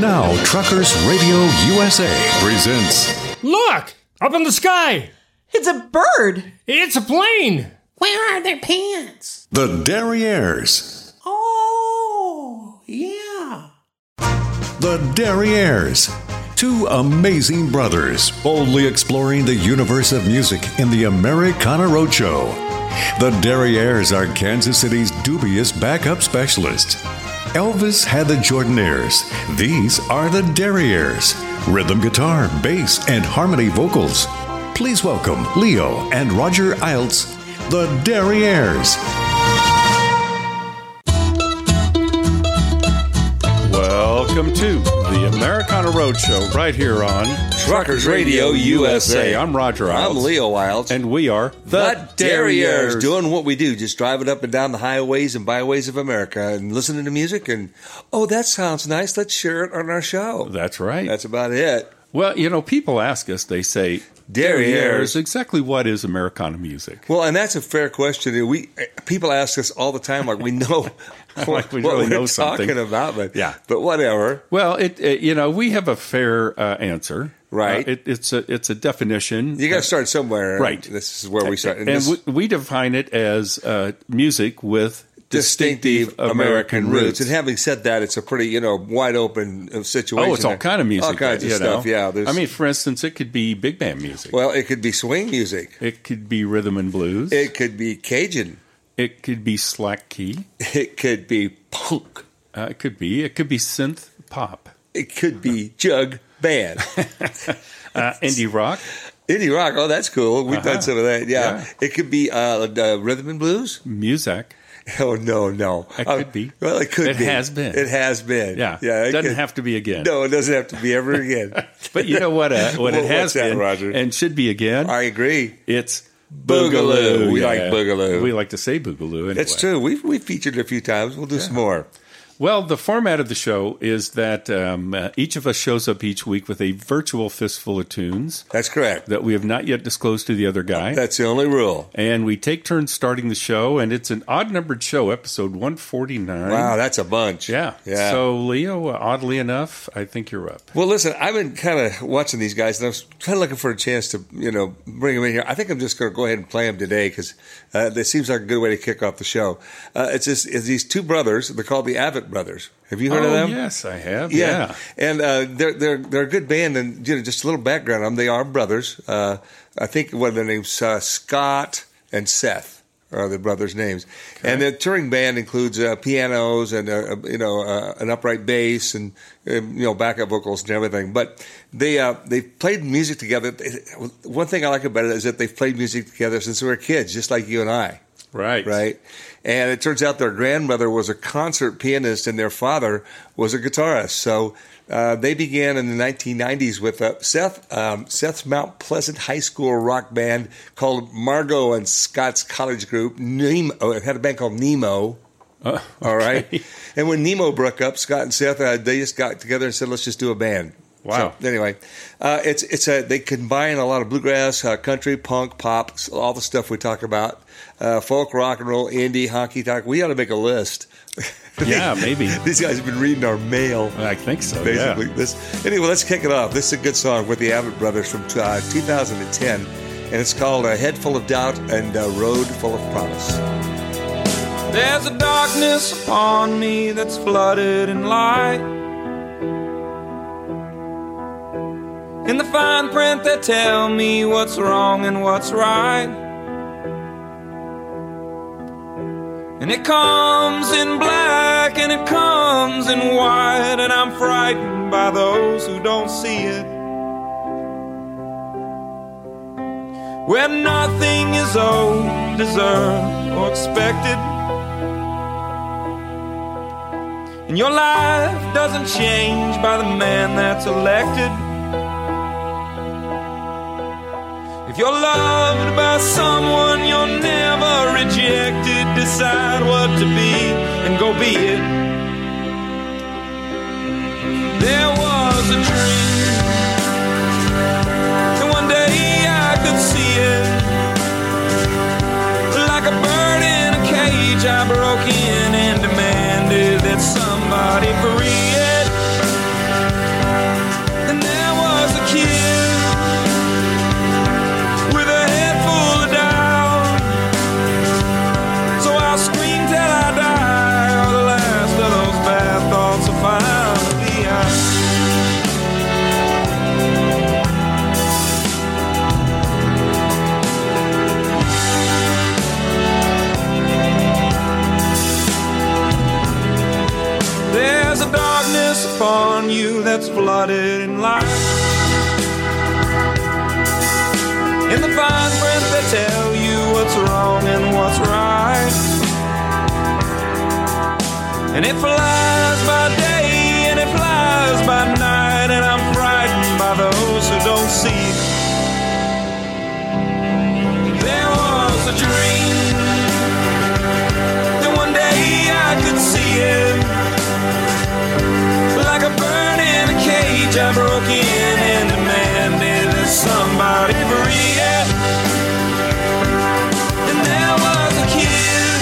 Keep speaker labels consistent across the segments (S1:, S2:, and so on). S1: now, Truckers Radio USA presents.
S2: Look! Up in the sky!
S3: It's a bird.
S2: It's a plane!
S4: Where are their pants?
S1: The Derriers.
S4: Oh, yeah.
S1: The Derriers. Two amazing brothers boldly exploring the universe of music in the Americana Roadshow. The Derriers are Kansas City's dubious backup specialists. Elvis had the Jordanaires. These are the Derriers. Rhythm guitar, bass, and harmony vocals. Please welcome Leo and Roger Iltz, the Derriers.
S5: Welcome to the Americana Roadshow right here on
S6: Truckers Radio USA.
S5: I'm Roger Iles.
S6: I'm Leo Wilds.
S5: And we are
S6: the Derriers
S5: Derriers.
S6: doing what we do, just driving up and down the highways and byways of America and listening to music and, oh, that sounds nice. Let's share it on our show.
S5: That's right.
S6: That's about it.
S5: well, you know, people ask us, they say,
S6: Derriers.
S5: exactly what is Americana music?
S6: Well, and that's a fair question. We eh, people ask us all the time, like we know
S5: Like we
S6: what
S5: really
S6: we're
S5: know something.
S6: talking about, but
S5: Yeah.
S6: but whatever.
S5: Well, it, it you know, we have a fair uh, answer.
S6: Right.
S5: Uh, it, it's a it's a definition.
S6: You got to start somewhere, and
S5: Right.
S6: This is where we start.
S5: and
S6: this-
S5: we, we define it as uh, music with
S6: distinctive American roots. And having said that, it's a pretty you know wide open uh, situation.
S5: Oh, it's all kind of music.
S6: all kinds of
S5: you know.
S6: stuff. Yeah, there's,
S5: I mean, for instance, it could be big band music.
S6: well, it could be swing music.
S5: it could be rhythm and blues. It,
S6: It could be Cajun.
S5: could be slack key.
S6: It could be punk.
S5: Uh, it could be. It could be synth pop,
S6: It could be
S5: Uh-huh.
S6: jug band.
S5: uh, indie rock.
S6: Indie rock. Oh, that's cool. We've
S5: Uh-huh.
S6: done some of that. Yeah.
S5: Yeah.
S6: It could be uh, uh, rhythm and blues.
S5: Music.
S6: Oh no, no.
S5: It
S6: Uh,
S5: could be.
S6: Well, it could.
S5: It
S6: be.
S5: has been.
S6: It has been.
S5: Yeah.
S6: Yeah.
S5: It doesn't
S6: could-
S5: have to be again.
S6: No, it doesn't have to be ever again.
S5: But you know what? Uh, what
S6: Well,
S5: it has
S6: what's that,
S5: been
S6: Roger?
S5: and should be again.
S6: I agree.
S5: It's
S6: Boogaloo. We like boogaloo.
S5: We like to say boogaloo. Anyway.
S6: That's true. We've we've featured it a few times. We'll do some more.
S5: Well, the format of the show is that um, uh, each of us shows up each week with a virtual fistful of tunes
S6: That's correct.
S5: that we have not yet disclosed to the other guy.
S6: That's the only rule.
S5: and we take turns starting the show, and it's an odd numbered show, episode 149.
S6: Wow, that's a bunch.
S5: Yeah.
S6: Yeah.
S5: So, Leo, uh, oddly enough, I think you're up.
S6: well, listen, I've been kind of watching these guys, and I was kind of looking for a chance to, you know, bring them in here. I think I'm just going to go ahead and play them today because uh, that seems like a good way to kick off the show. Uh, it's just it's these two brothers. They're called the Abbott brothers. Have you heard
S5: oh,
S6: of them?
S5: yes, I have.
S6: Yeah,
S5: Yeah.
S6: and uh, they're they're they're a good band, and you know, just a little background on them. They are brothers. Uh, I think one of their names uh, Scott and Seth are the brothers' names, and their touring band includes uh, pianos and uh, you know uh, an upright bass and um, you know backup vocals and everything. But they uh, they played music together. One thing I like about it is that they've played music together since they were kids, just like you and I
S5: Right.
S6: right? And it turns out their grandmother was a concert pianist and their father was a guitarist. So uh, they began in the 1990s with uh, Seth um, Seth's Mount Pleasant High School rock band called Margot and Scott's College Group. Nemo oh, it had a band called Nemo. All right. And when Nemo broke up, Scott and Seth uh, they just got together and said, "Let's just do a band."
S5: Wow.
S6: So, anyway, uh, it's it's a they combine a lot of bluegrass, uh, country, punk, pop, all the stuff we talk about, uh, folk, rock and roll, indie, honky tonk. We ought to make a list.
S5: Yeah, maybe.
S6: These guys have been reading our mail.
S5: I think so. yeah.
S6: Basically, this anyway. Let's kick it off. This is a good song with the Abbott Brothers from uh, 2010, and it's called "A Head Full of Doubt and a Road Full of Promise."
S7: There's a darkness upon me that's flooded in light. In the fine print, they tell me what's wrong and what's right. And it comes in black and it comes in white, and I'm frightened by those who don't see it. Where nothing is owed, deserved, or expected. And your life doesn't change by the man that's elected. If you're loved by someone, you're never rejected. Decide what to be and go be it. There was a dream, and one day I could see it. Like a bird in a cage, I broke in and demanded that somebody free it. upon you that's flooded in light. In the fine print they tell you what's wrong and what's right. And it flies by day and it flies by night, and I'm frightened by those who don't see. There was a dream that one day I could see it. Like a bird in a cage, I broke in and demanded that somebody free it. And there was a kid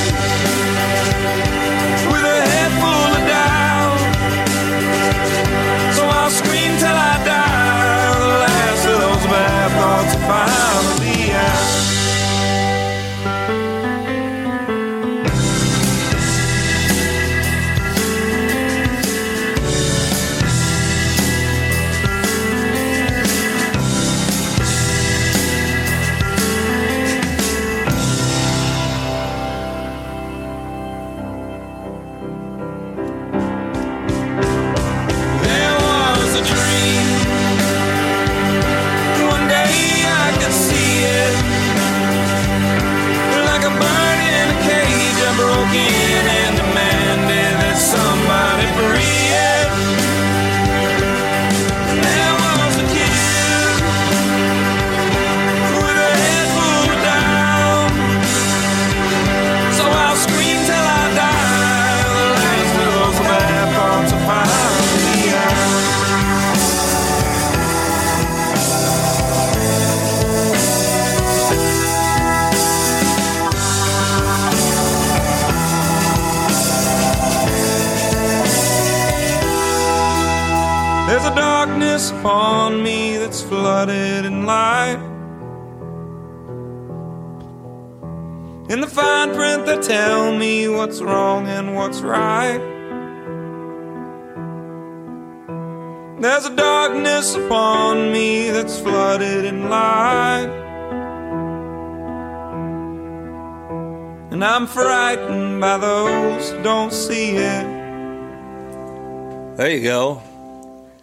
S7: with a head full of doubt. So I'll scream till I die. The last of those bad thoughts are finally out. There was a dream. One day I could see it. Like a bird in a cage, I broke in and demanded that somebody free it. There was a kid with a head full of doubt. So I'll scream till I die. The last of those bad thoughts are finally out. There's a darkness upon me that's flooded in light. In the fine print, they tell me what's wrong and what's right. There's a darkness upon me that's flooded in light. And I'm frightened by those who don't see it.
S6: There you go.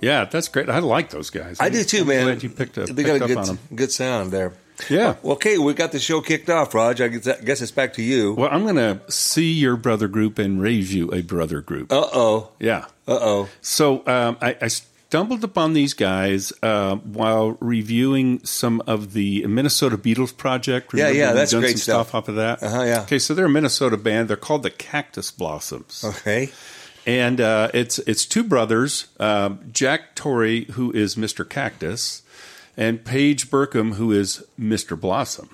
S5: Yeah, that's great. I like those guys.
S6: I do too,
S5: I'm
S6: man.
S5: Glad you picked up,
S6: They got
S5: picked
S6: a
S5: up
S6: good,
S5: on them.
S6: good sound there.
S5: Yeah.
S6: Well, okay, we got the show kicked off, Raj. I guess I guess it's back to you.
S5: Well, I'm going to see your brother group and raise you a brother group.
S6: Uh oh.
S5: yeah.
S6: Uh oh.
S5: So um, I, I stumbled upon these guys uh, while reviewing some of the Minnesota Beatles project.
S6: Yeah, yeah,
S5: we've
S6: that's
S5: done
S6: great
S5: some
S6: stuff.
S5: off of that.
S6: Uh-huh, yeah.
S5: Okay, so they're a Minnesota band. They're called the Cactus
S6: Uh-huh.
S5: Blossoms,
S6: Okay.
S5: and uh, it's it's two brothers, um, Jack Torrey, who is Mr. Cactus, and Paige Burkham, who is Mr. Blossom.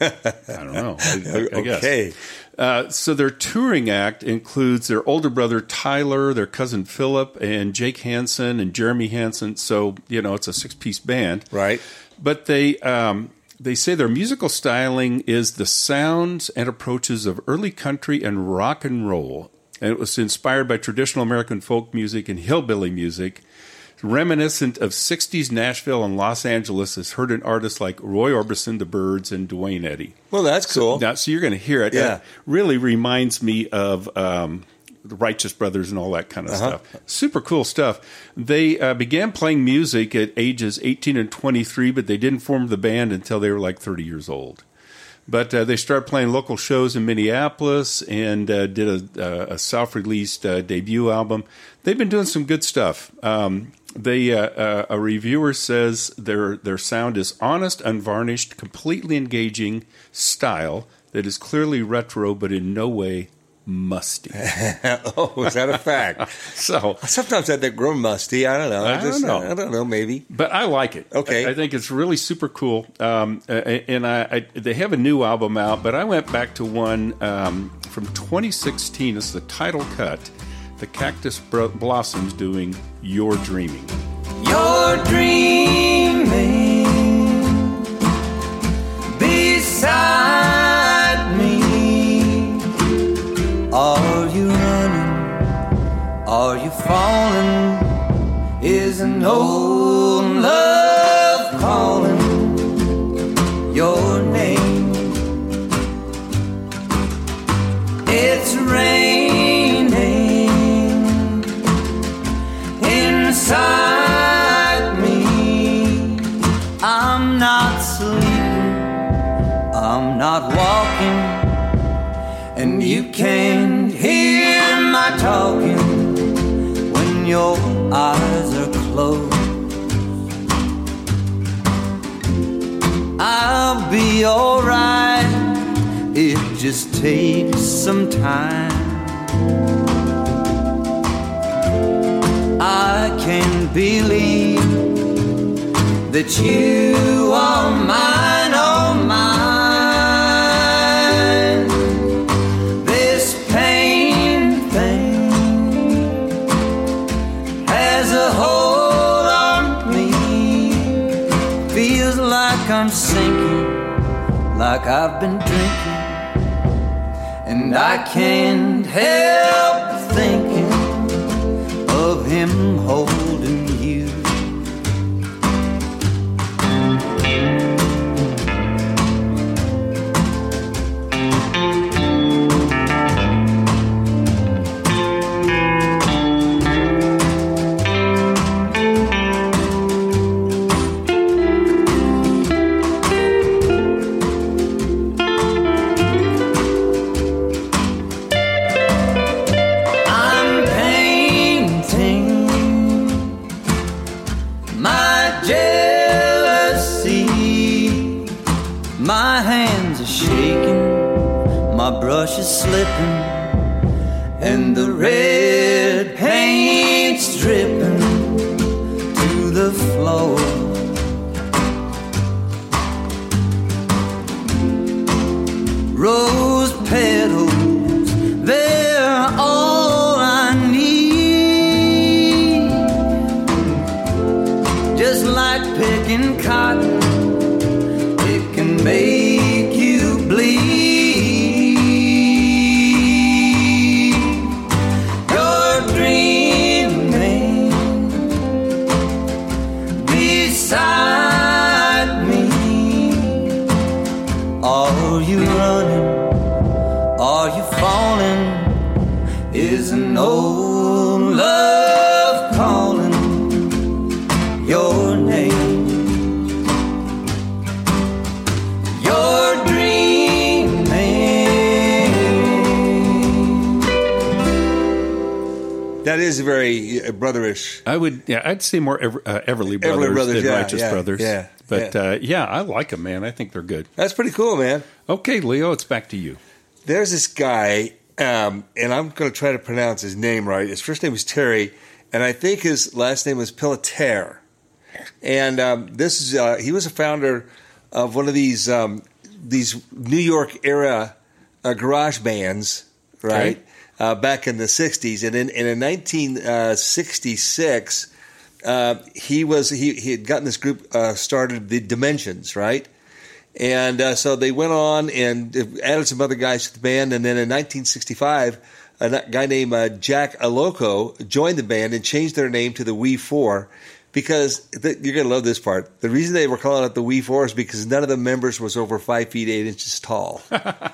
S5: I don't know. I, I- I guess.
S6: Okay.
S5: Uh, so their touring act includes their older brother Tyler, their cousin Philip, and Jake Hansen and Jeremy Hansen. So you know it's a six-piece band,
S6: Right.
S5: But they um, they say their musical styling is the sounds and approaches of early country and rock and roll, and it was inspired by traditional American folk music and hillbilly music. Reminiscent of 60s Nashville and Los Angeles, has heard in artists like Roy Orbison, The Birds, and Dwayne Eddy.
S6: Well, that's cool.
S5: Now, so you're going to hear it.
S6: Yeah.
S5: It really reminds me of um, the Righteous Brothers and all that kind of
S6: Uh-huh.
S5: stuff. Super cool stuff. They uh, began playing music at ages 18 and 23, but they didn't form the band until they were like 30 years old. But uh, they started playing local shows in Minneapolis and uh, did a, uh, a self released uh, debut album. They've been doing some good stuff. Um, they uh, uh, a reviewer says their their sound is honest, unvarnished, completely engaging style that is clearly retro, but in no way musty.
S6: oh, is that a fact?
S5: so,
S6: Sometimes I think grown musty. I don't know.
S5: I don't know.
S6: I don't know. Maybe.
S5: but I like it.
S6: Okay.
S5: I, I think it's really super cool. Um, a- a- and I, I they have a new album out, but I went back to one um, from 2016. It's the title cut, "The Cactus Bro- Blossoms doing Your Dreaming."
S7: You're dreaming beside me. Are you running? Are you falling? Is an old love calling your name? It's raining.
S3: talking when your eyes are closed. I'll be alright, it just takes some time. I can't believe that you are mine, oh mine. This pain thing has a hold on me. Feels like I'm sinking, like I've been drinking, and I can't help thinking of him holding you. I'm painting my jealousy. My hands are shaking, my brush is slipping, and the red paint's dripping to the floor. Rose petals, they're all I need. Just like picking cotton, it can make you bleed. You're dreaming beside me. Are you running? Are you falling? Is an old love calling your name? You're dreaming.
S6: That is very uh, brotherish.
S5: I would, yeah, I'd say more Ever, uh, Everly Brothers,
S6: Brothers,
S5: than
S6: yeah,
S5: Righteous
S6: yeah,
S5: Brothers.
S6: yeah,
S5: but
S6: yeah.
S5: Uh, yeah, I like them, man. I think they're good.
S6: That's pretty cool, man.
S5: Okay, Leo, it's back to you.
S6: There's this guy, um, and I'm going to try to pronounce his name right. His first name is Terry, and I think his last name was Pilater. And um, this is uh, he was a founder of one of these um, these New York era uh, garage bands, right?
S5: Okay.
S6: Uh, back in the '60s, and in, and in 1966, uh, he was he, he had gotten this group uh, started, the Dimensions, right? And uh, so they went on and added some other guys to the band. And then in 1965, a guy named uh, Jack Aloco joined the band and changed their name to the We Four because th- you're going to love this part. The reason they were calling it the We Four is because none of the members was over five feet eight inches tall.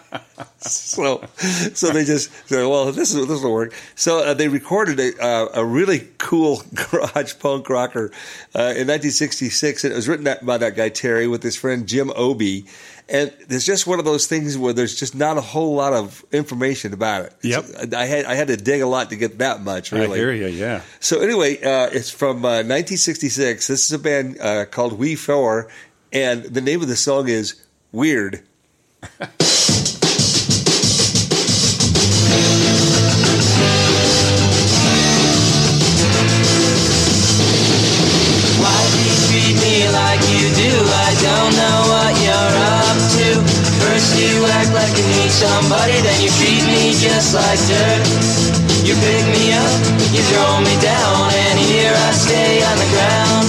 S6: so, so they just said, "Well, this is this will work." So uh, they recorded a, uh, a really cool garage punk rocker uh, in 1966, and it was written that- by that guy Terry with his friend Jim Obie. And there's just one of those things where there's just not a whole lot of information about it.
S5: Yep.
S6: I had I had to dig a lot to get that much. Really,
S5: I hear you. Yeah,
S6: so anyway, uh, it's from uh, 1966. This is a band uh, called We Four, and the name of the song is Weird.
S3: Why do you treat me like you do? I don't know what you're up to. First you act like you need somebody, then you treat me just like dirt. You pick me up, you throw me down, and here I stay on the ground.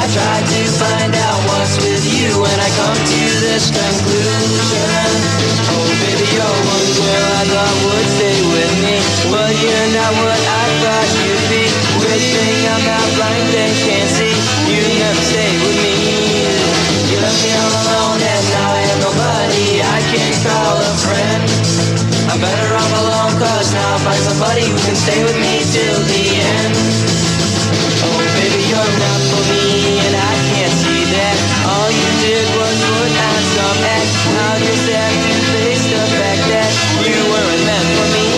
S3: I try to find out what's with you, and I come to this conclusion. Oh, baby, you're one girl I thought would stay with me. Well, you're not what I thought you'd be. Good thing I'm not blind and can't see. You never stay with me. You left me all alone, and now I have nobody I can call a friend. I'm better off alone, cause now I'll find somebody who can stay with me till the end. Oh, baby, you're not for me, and I can't see that. All you did was put on some act. Now you're sad to face the fact that you weren't meant for me.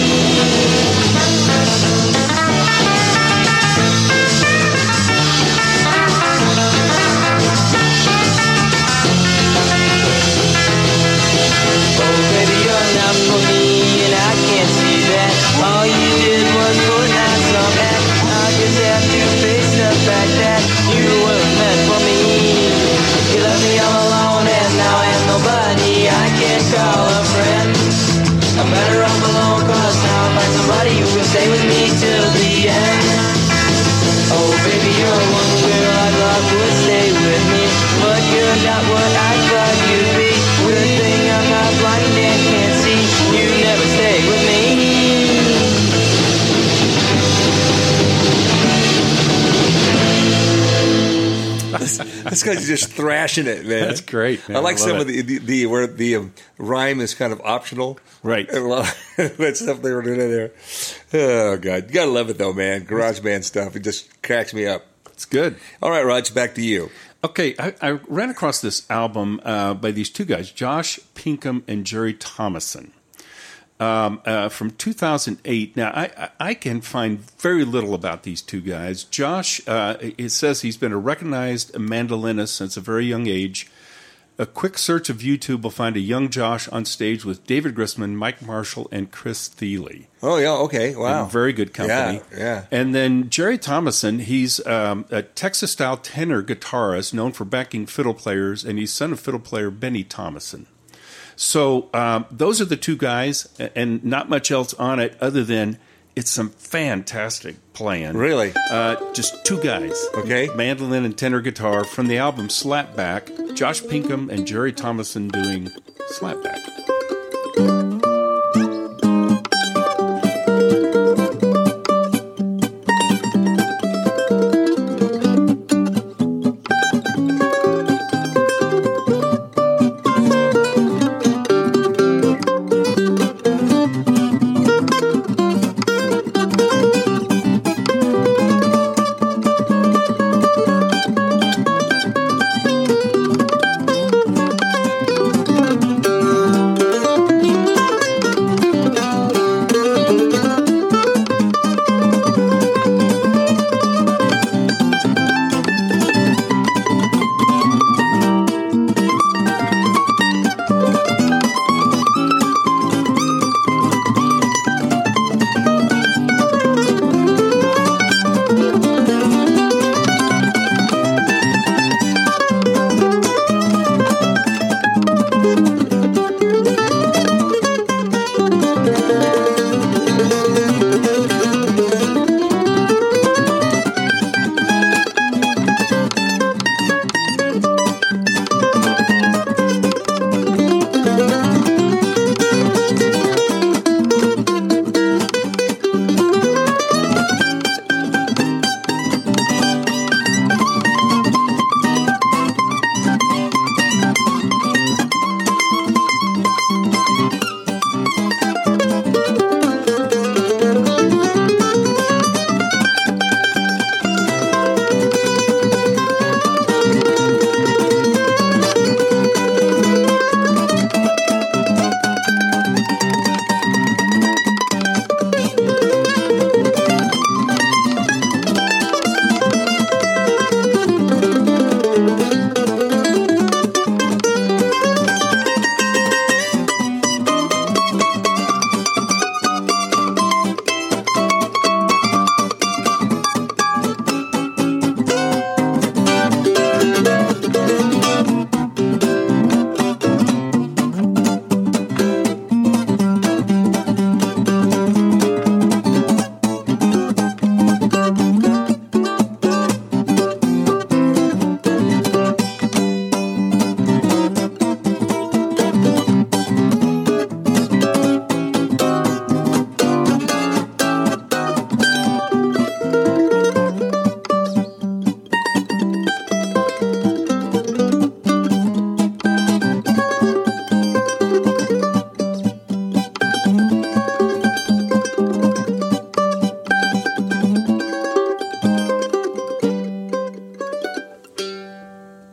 S3: Oh, But you're not what I thought you'd be. Weird thing, I'm not blind and can't see. You never stay with me.
S6: This guy's just thrashing it, man.
S5: That's great, man.
S6: I like
S5: I love
S6: some
S5: it.
S6: of the, the, the where the um, rhyme is kind of optional,
S5: Right.
S6: And a lot of that stuff they were doing in there. Oh god, you gotta love it though, man. Garage band stuff, it just cracks me up.
S5: It's good.
S6: All right, Raj, back to you.
S5: Okay, I, I ran across this album uh, by these two guys, Josh Pinkham and Jerry Thomason, um, uh, from 2008. Now, I, I- I can find very little about these two guys. Josh, uh, it says he's been a recognized mandolinist since a very young age. A quick search of YouTube will find a young Josh on stage with David Grisman, Mike Marshall, and Chris Thiele
S6: Oh yeah, okay, wow,
S5: in very good company.
S6: Yeah, yeah.
S5: And then Jerry Thomason, he's um, a Texas style tenor guitarist known for backing fiddle players, and he's son of fiddle player Benny Thomason. So um, those are the two guys, a- and not much else on it other than it's some fantastic playing.
S6: Really?
S5: Uh, just two guys.
S6: Okay.
S5: Mandolin and tenor guitar from the album Slapback, Josh Pinkham and Jerry Thomason doing Slapback.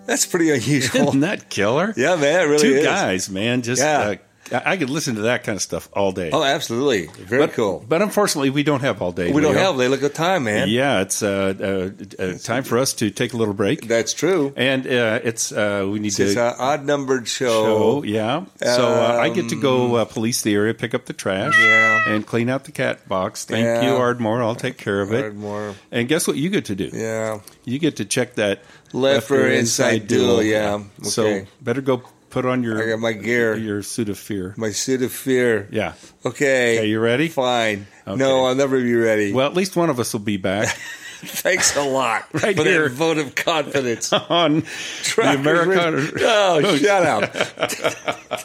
S6: that's pretty unusual.
S5: Isn't that killer?
S6: Yeah, man, it really
S5: Two
S6: is.
S5: guys, man. Just
S6: Yeah.
S5: uh, I I could listen to that kind of stuff all day.
S6: oh, absolutely, very
S5: but,
S6: cool.
S5: But unfortunately, we don't have all day.
S6: We don't
S5: Leo.
S6: have. They look at time, man.
S5: Yeah, it's uh, uh, uh, time for us to take a little break,
S6: That's true.
S5: and uh, it's uh, we need
S6: It's
S5: to.
S6: an odd numbered show.
S5: Show, yeah. So uh, I get to go uh, police the area, pick up the trash,
S6: Um, Yeah.
S5: and clean out the cat box. Thank
S6: Yeah.
S5: you, Ardmore. I'll take care of it.
S6: Ardmore.
S5: And guess what? You get to do.
S6: Yeah.
S5: You get to check that
S6: Left or inside duel, yeah.
S5: So
S6: Okay.
S5: better go put on your
S6: I got my gear.
S5: your suit of fear.
S6: My suit of fear.
S5: Yeah.
S6: Okay.
S5: Okay, you ready?
S6: Fine.
S5: Okay.
S6: No, I'll never be ready.
S5: Well, at least one of us will be back.
S6: Thanks a lot
S5: Right
S6: for
S5: here.
S6: that vote of confidence.
S5: on the
S6: Truckers
S5: Americana.
S6: Review. Oh, shut up.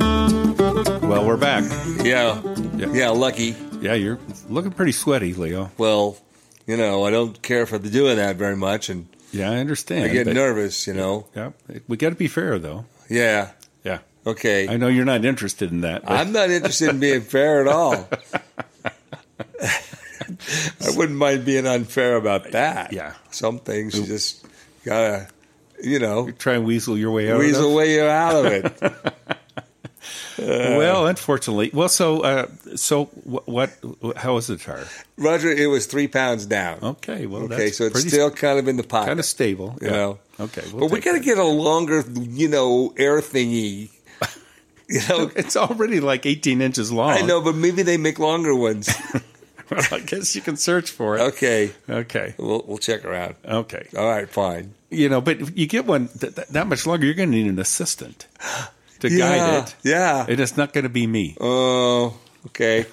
S5: Well, we're back.
S6: Yeah.
S5: Yeah.
S6: yeah. lucky.
S5: Yeah, you're looking pretty sweaty, Leo.
S6: Well, you know, I don't care for doing that very much and
S5: Yeah, I understand.
S6: I get
S5: but-
S6: nervous, you know.
S5: Yeah, we got to be fair though.
S6: Yeah.
S5: Yeah,
S6: Okay.
S5: I know you're not interested in that. but-
S6: I'm not interested in being fair at all. I wouldn't mind being unfair about that.
S5: Yeah.
S6: Some things you just gotta, you know,
S5: try and weasel your way out. of
S6: weasel
S5: it.
S6: way out of it.
S5: Uh, well, unfortunately. Well, so uh, so wh- what? wh- How was the tire?
S6: Roger, it was three pounds down.
S5: Okay, well,
S6: Okay,
S5: Oh, that's
S6: so it's
S5: pretty
S6: still kind of in the pocket.
S5: kind of stable.
S6: you
S5: yeah.
S6: know.
S5: Okay, we'll
S6: but we
S5: take
S6: got to
S5: that.
S6: get a longer, you know, air thingy. You know,
S5: It's already like 18 inches long.
S6: I know, but maybe they make longer ones.
S5: Well, I guess you can search for it.
S6: Okay,
S5: Okay.
S6: we'll we'll check around.
S5: Okay.
S6: All right, fine.
S5: You know, but you get one th- th- that much longer, you're going to need an assistant to
S6: yeah,
S5: guide it.
S6: Yeah.
S5: And it's not going to be me.
S6: Oh, okay.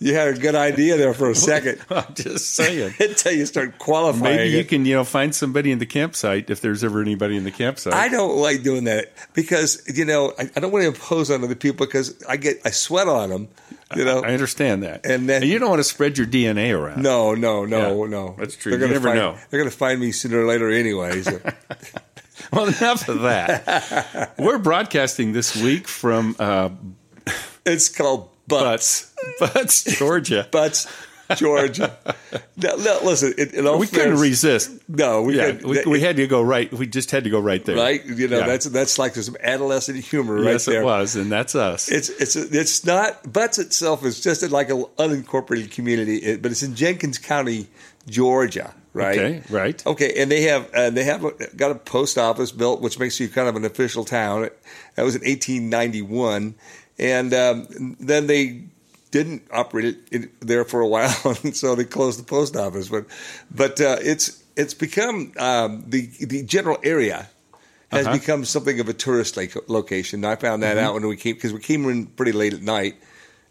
S6: you had a good idea there for a second
S5: I'm just saying.
S6: until you start qualifying.
S5: Maybe
S6: it.
S5: you can, you know, find somebody in the campsite if there's ever anybody in the campsite.
S6: I don't like doing that because you know I, I don't want to impose on other people because I get I sweat on them. You know,
S5: I understand that.
S6: And then-
S5: you don't want to spread your DNA around.
S6: No, no, no,
S5: Yeah,
S6: no.
S5: that's true.
S6: They're
S5: You
S6: gonna
S5: never
S6: find,
S5: know.
S6: They're going to find me sooner or later, anyways.
S5: Well, enough of that. We're broadcasting this week from uh,
S6: it's called butts,
S5: Butts, Butts, Georgia.
S6: butts, Georgia. no, no, listen. It, in all
S5: we couldn't
S6: fairness-
S5: resist.
S6: No, we
S5: Yeah,
S6: couldn't.
S5: we, we had to go right. We just had to go right there.
S6: right. You know,
S5: Yeah.
S6: that's that's like some adolescent humor right
S5: yes,
S6: there.
S5: it was, and that's us.
S6: It's it's it's not butts itself is just like an unincorporated community, it, but it's in Jenkins County, Georgia. Right.
S5: Okay, right.
S6: Okay, and they have uh, they have a, got a post office built, which makes you kind of an official town. That was in 1891, and um, then they didn't operate it in, there for a while, and so they closed the post office. But but uh, it's it's become um, the the general area has become something of a tourist like location. I found that out when we came because we came in pretty late at night,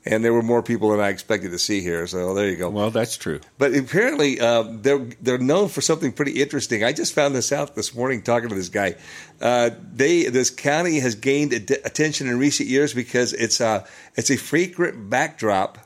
S6: and there were more people than I expected to see here. So there you go.
S5: well, that's true.
S6: But apparently, uh, they're they're known for something pretty interesting. I just found this out this morning talking to this guy. Uh, they this county has gained ad- attention in recent years because it's a it's a frequent backdrop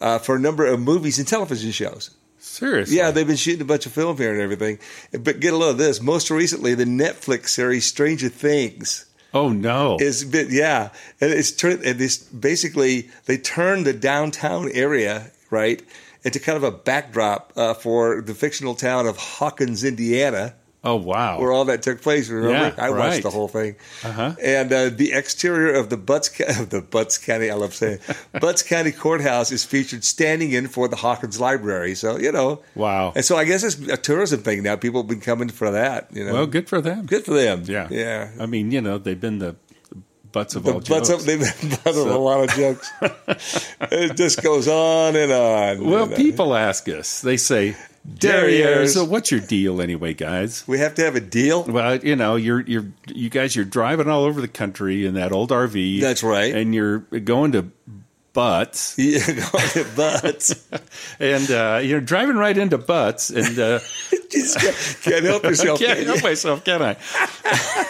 S6: uh, for a number of movies and television shows.
S5: Seriously.
S6: Yeah, they've been shooting a bunch of film here and everything. But get a load of this. Most recently, the Netflix series Stranger Things
S5: oh no.
S6: is been yeah, and it's turned and this basically they turned the downtown area right into kind of a backdrop uh, for the fictional town of Hawkins, Indiana,
S5: oh wow.
S6: where all that took place. Remember,
S5: Yeah,
S6: I watched
S5: right.
S6: the whole thing,
S5: Uh-huh.
S6: and uh, the exterior of the Butts of the Butts County, I love saying Butts County Courthouse is featured standing in for the Hawkins Library. So you know,
S5: Wow.
S6: and so I guess it's a tourism thing now. People have been coming for that. You know,
S5: well, good for them.
S6: good for them.
S5: Yeah.
S6: yeah.
S5: I mean, you know, they've been the butts of
S6: the
S5: all
S6: butts up,
S5: jokes.
S6: they've been butt of a lot of jokes. it just goes on and on.
S5: well,
S6: And, uh,
S5: people ask us. They say, Derriere.
S6: Derrieres.
S5: So, what's your deal anyway, guys?
S6: we have to have a deal.
S5: Well, you know, you're you're you guys you're driving all over the country in that old RV.
S6: That's right.
S5: And you're going to butts
S6: Yeah, go on, butts.
S5: and uh, you're driving right into butts and uh,
S6: Just can't, can't help yourself.
S5: can't
S6: can
S5: help
S6: you?
S5: myself, can I?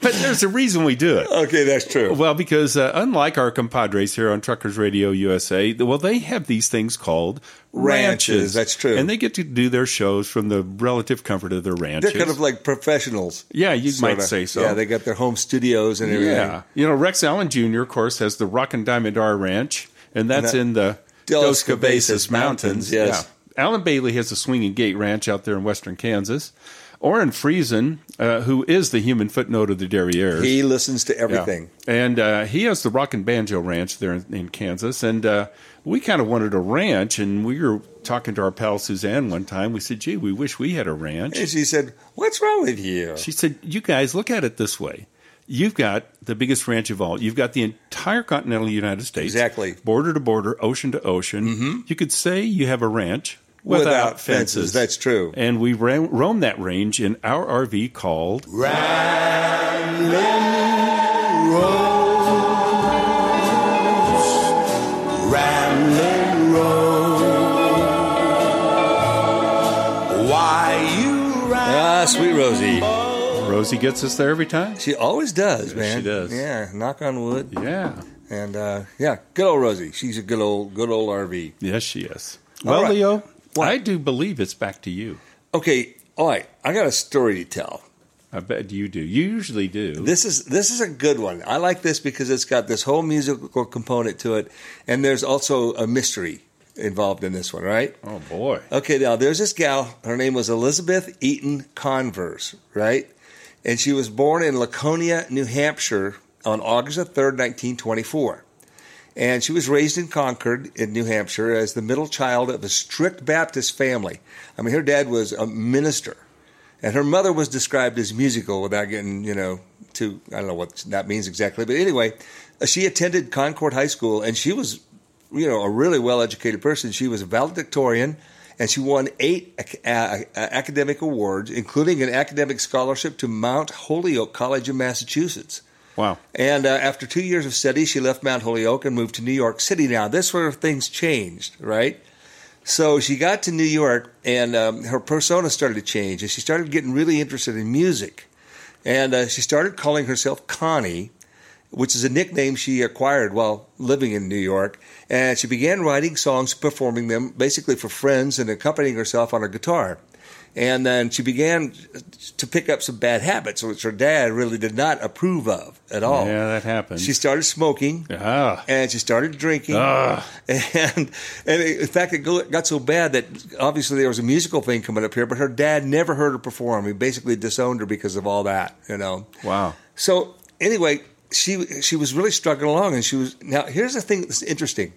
S5: but there's a reason we do it.
S6: Okay, that's true.
S5: Well, because uh, unlike our compadres here on Truckers Radio USA, well, they have these things called ranches.
S6: Ranches, that's true.
S5: and they get to do their shows from the relative comfort of their ranches.
S6: They're kind of like professionals.
S5: yeah, you might
S6: sorta.
S5: say so.
S6: Yeah, they got their home studios and everything.
S5: Yeah. You know, Rex Allen Jr., of course, has the Rock and Diamond R Ranch, and that's
S6: that-
S5: in the Dos
S6: Dos
S5: Cabezas
S6: Cabezas
S5: Mountains.
S6: Mountains, yes.
S5: Yeah. Alan Bailey has the Swinging Gate Ranch out there in western Kansas. Orrin Friesen, uh, who is the human footnote of the Derriere.
S6: He listens to everything.
S5: And uh, he has the Rock and Banjo Ranch there in, in Kansas. And uh, we kind of wanted a ranch, and we were talking to our pal Suzanne one time. We said, gee, we wish we had a ranch.
S6: And she said, What's wrong with you?
S5: She said, "You guys look at it this way. You've got the biggest ranch of all. You've got the entire continental United States,
S6: Exactly. Mm-hmm.
S5: border to border, ocean to ocean. You could say you have a ranch without,
S6: Without
S5: fences.
S6: fences, that's true.
S5: And we ran, roamed that range in our RV called
S6: Ah, sweet Rosie.
S5: Rosie gets us there every time.
S6: She always does, man.
S5: she does.
S6: Yeah, knock on wood.
S5: Yeah.
S6: And uh, yeah, good old Rosie. She's a good old, good old RV.
S5: Yes, she is.
S6: All
S5: Well,
S6: right.
S5: Leo, I do believe it's back to you.
S6: Okay, all right. I got a story to tell.
S5: I bet you do. You usually do.
S6: This is this is a good one. I like this because it's got this whole musical component to it, and there's also a mystery involved in this one, right?
S5: oh boy.
S6: Okay, now there's this gal. Her name was Elizabeth Eaton Converse, right? And she was born in Laconia, New Hampshire on August the 3rd, 1924. And she was raised in Concord, in New Hampshire, as the middle child of a strict Baptist family. I mean, her dad was a minister. And her mother was described as musical without getting, you know, too, I don't know what that means exactly. But anyway, uh, she attended Concord High School and she was, you know, a really well educated person. She was a valedictorian and she won eight ac- uh, uh, academic awards, including an academic scholarship to Mount Holyoke College in Massachusetts.
S5: Wow.
S6: And uh, after two years of study, she left Mount Holyoke and moved to New York City. Now, this where things changed, right? So she got to New York, and um, her persona started to change, and she started getting really interested in music. And uh, she started calling herself Connie, which is a nickname she acquired while living in New York. And she began writing songs, performing them basically for friends, and accompanying herself on a guitar. And then she began to pick up some bad habits, which her dad really did not approve of at all.
S5: Yeah, that happened.
S6: She started smoking
S5: ah.
S6: and she started drinking. And, and in fact, it go- got so bad that obviously there was a musical thing coming up here, but her dad never heard her perform. He basically disowned her because of all that, you know.
S5: Wow.
S6: So anyway, she she was really struggling along, and she was now. Here's the thing that's interesting,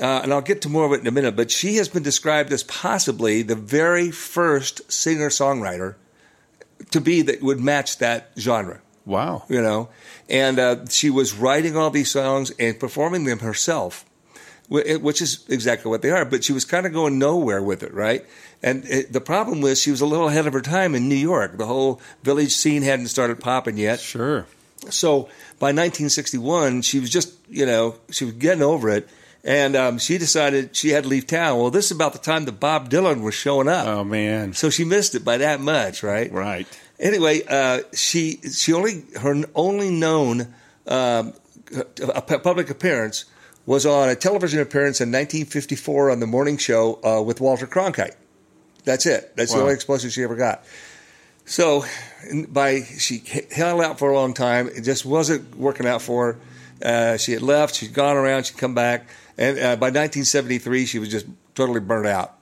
S6: uh, and I'll get to more of it in a minute. But she has been described as possibly the very first singer songwriter to be that would match that genre
S5: Wow.
S6: you know. And uh, she was writing all these songs and performing them herself, wh- it- which is exactly what they are. But she was kind of going nowhere with it, right? And it, the problem was she was a little ahead of her time in New York. The whole village scene hadn't started popping yet.
S5: Sure.
S6: So by 1961, she was just, you know, she was getting over it. And um, she decided she had to leave town. Well, this is about the time that Bob Dylan was showing up.
S5: Oh man.
S6: So she missed it by that much, right?
S5: Right.
S6: anyway, uh, she she only her only known um, a pu- public appearance was on a television appearance in 1954 on the morning show uh, with Walter Cronkite. That's it. That's the
S5: Wow.
S6: only exposure she ever got. So, n- by she h- held out for a long time. It just wasn't working out for her. Uh, she had left. She'd gone around. She'd come back. And uh, by 1973, she was just totally burnt out.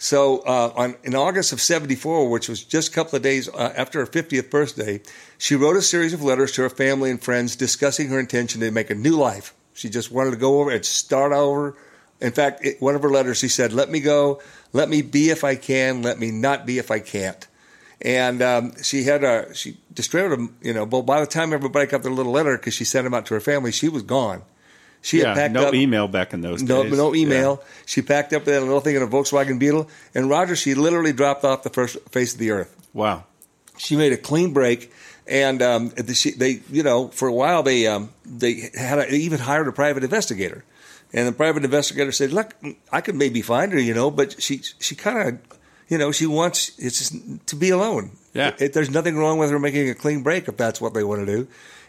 S6: So uh, on, in August of 74, which was just a couple of days uh, after her 50th birthday, she wrote a series of letters to her family and friends discussing her intention to make a new life. She just wanted to go over and start over. In fact, it, one of her letters, she said, Let me go. Let me be if I can. Let me not be if I can't. And um, she had a, she distributed them, you know, but by the time everybody got their little letter, because she sent them out to her family, she was gone. She had
S5: Yeah.
S6: packed
S5: No
S6: up
S5: email back in those
S6: no,
S5: days.
S6: no
S5: Yeah.
S6: email. She packed up that little thing in a Volkswagen Beetle, and Roger, she literally dropped off the first face of the earth.
S5: Wow.
S6: She made a clean break, and um, the- she, they, you know, for a while they um, they had a, they even hired a private investigator, and the private investigator said, "Look, I could maybe find her, you know, but she she kind of, you know, she wants it's just to be alone.
S5: Yeah.
S6: It- there's nothing wrong with her making a clean break if that's what they want to do."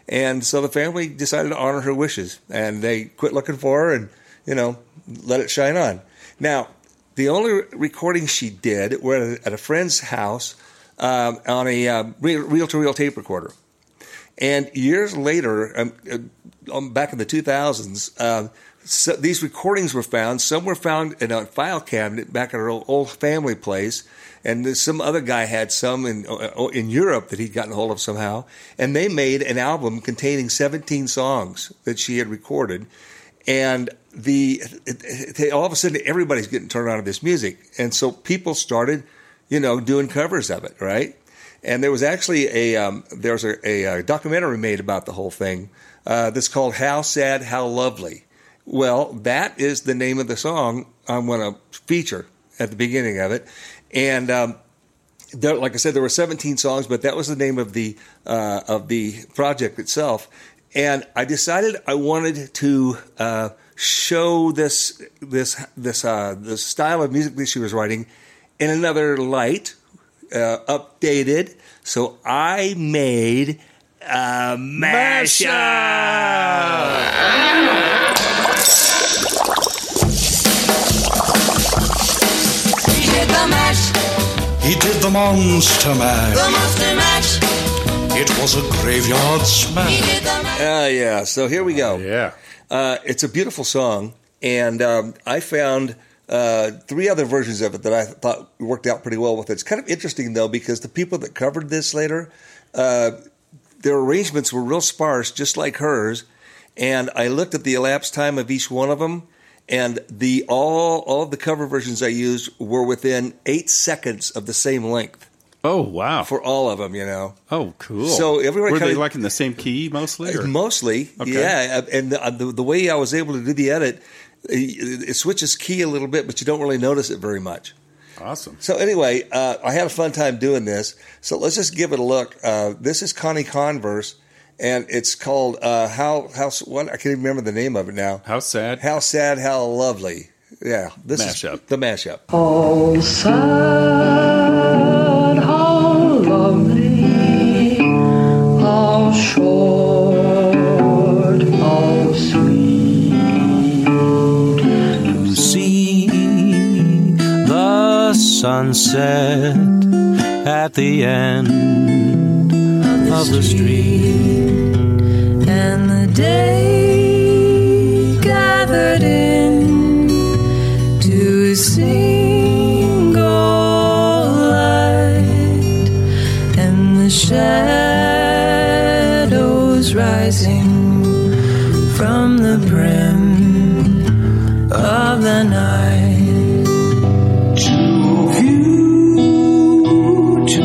S6: And so the family decided to honor her wishes, and they quit looking for her, and you know, let it shine on. Now, the only recordings she did were at a friend's house um, on a um, reel to reel tape recorder. And years later, um, uh, um, back in the 2000s, uh, so these recordings were found. Some were found in a file cabinet back at her old, old family place, and then some other guy had some in uh, in Europe that he'd gotten hold of somehow. And they made an album containing 17 songs that she had recorded, and the it- it- they, all of a sudden everybody's getting turned on to this music, and so people started, you know, doing covers of it, right? And there was actually a um, there was a, a, uh documentary made about the whole thing uh, that's called "How Sad, How Lovely." Well, that is the name of the song I'm going to feature at the beginning of it, and um, there, like I said, there were 17 songs, but that was the name of the uh, of the project itself. And I decided I wanted to uh, show this this this uh, this style of music that she was writing in another light, uh, updated. So I made uh, a mashup.
S3: He did the mash,
S8: He did the monster mash.
S3: the monster mash.
S8: It was a graveyard
S3: He
S8: smash.
S3: did the mash.
S6: Oh, yeah. So here we go.
S5: Yeah.
S6: Uh, it's a beautiful song, and um, I found uh, three other versions of it that I thought worked out pretty well with it. It's kind of interesting though because the people that covered this later, uh, their arrangements were real sparse, just like hers. And I looked at the elapsed time of each one of them, and the all all of the cover versions I used were within eight seconds of the same length
S5: Oh wow.
S6: for all of them. You know.
S5: oh cool.
S6: So everyone
S5: were
S6: kinda-
S5: they like in the same key mostly? or-
S6: Mostly,
S5: Okay.
S6: yeah. uh, And the, the, the way I was able to do the edit, it, it switches key a little bit, but you don't really notice it very much.
S5: Awesome.
S6: So anyway, uh, I had a fun time doing this. So let's just give it a look. Uh, this is Connie Converse, and it's called uh, how how what I can't even remember the name of it now.
S5: How sad.
S6: How sad, how lovely. Yeah, this is
S5: Mashup.
S6: the mashup.
S9: How sad, how lovely, how short, how sweet to see the sunset at the end of the street.
S10: and the day gathered in to a single light, and the shadows rising from the brim of the night. To view, to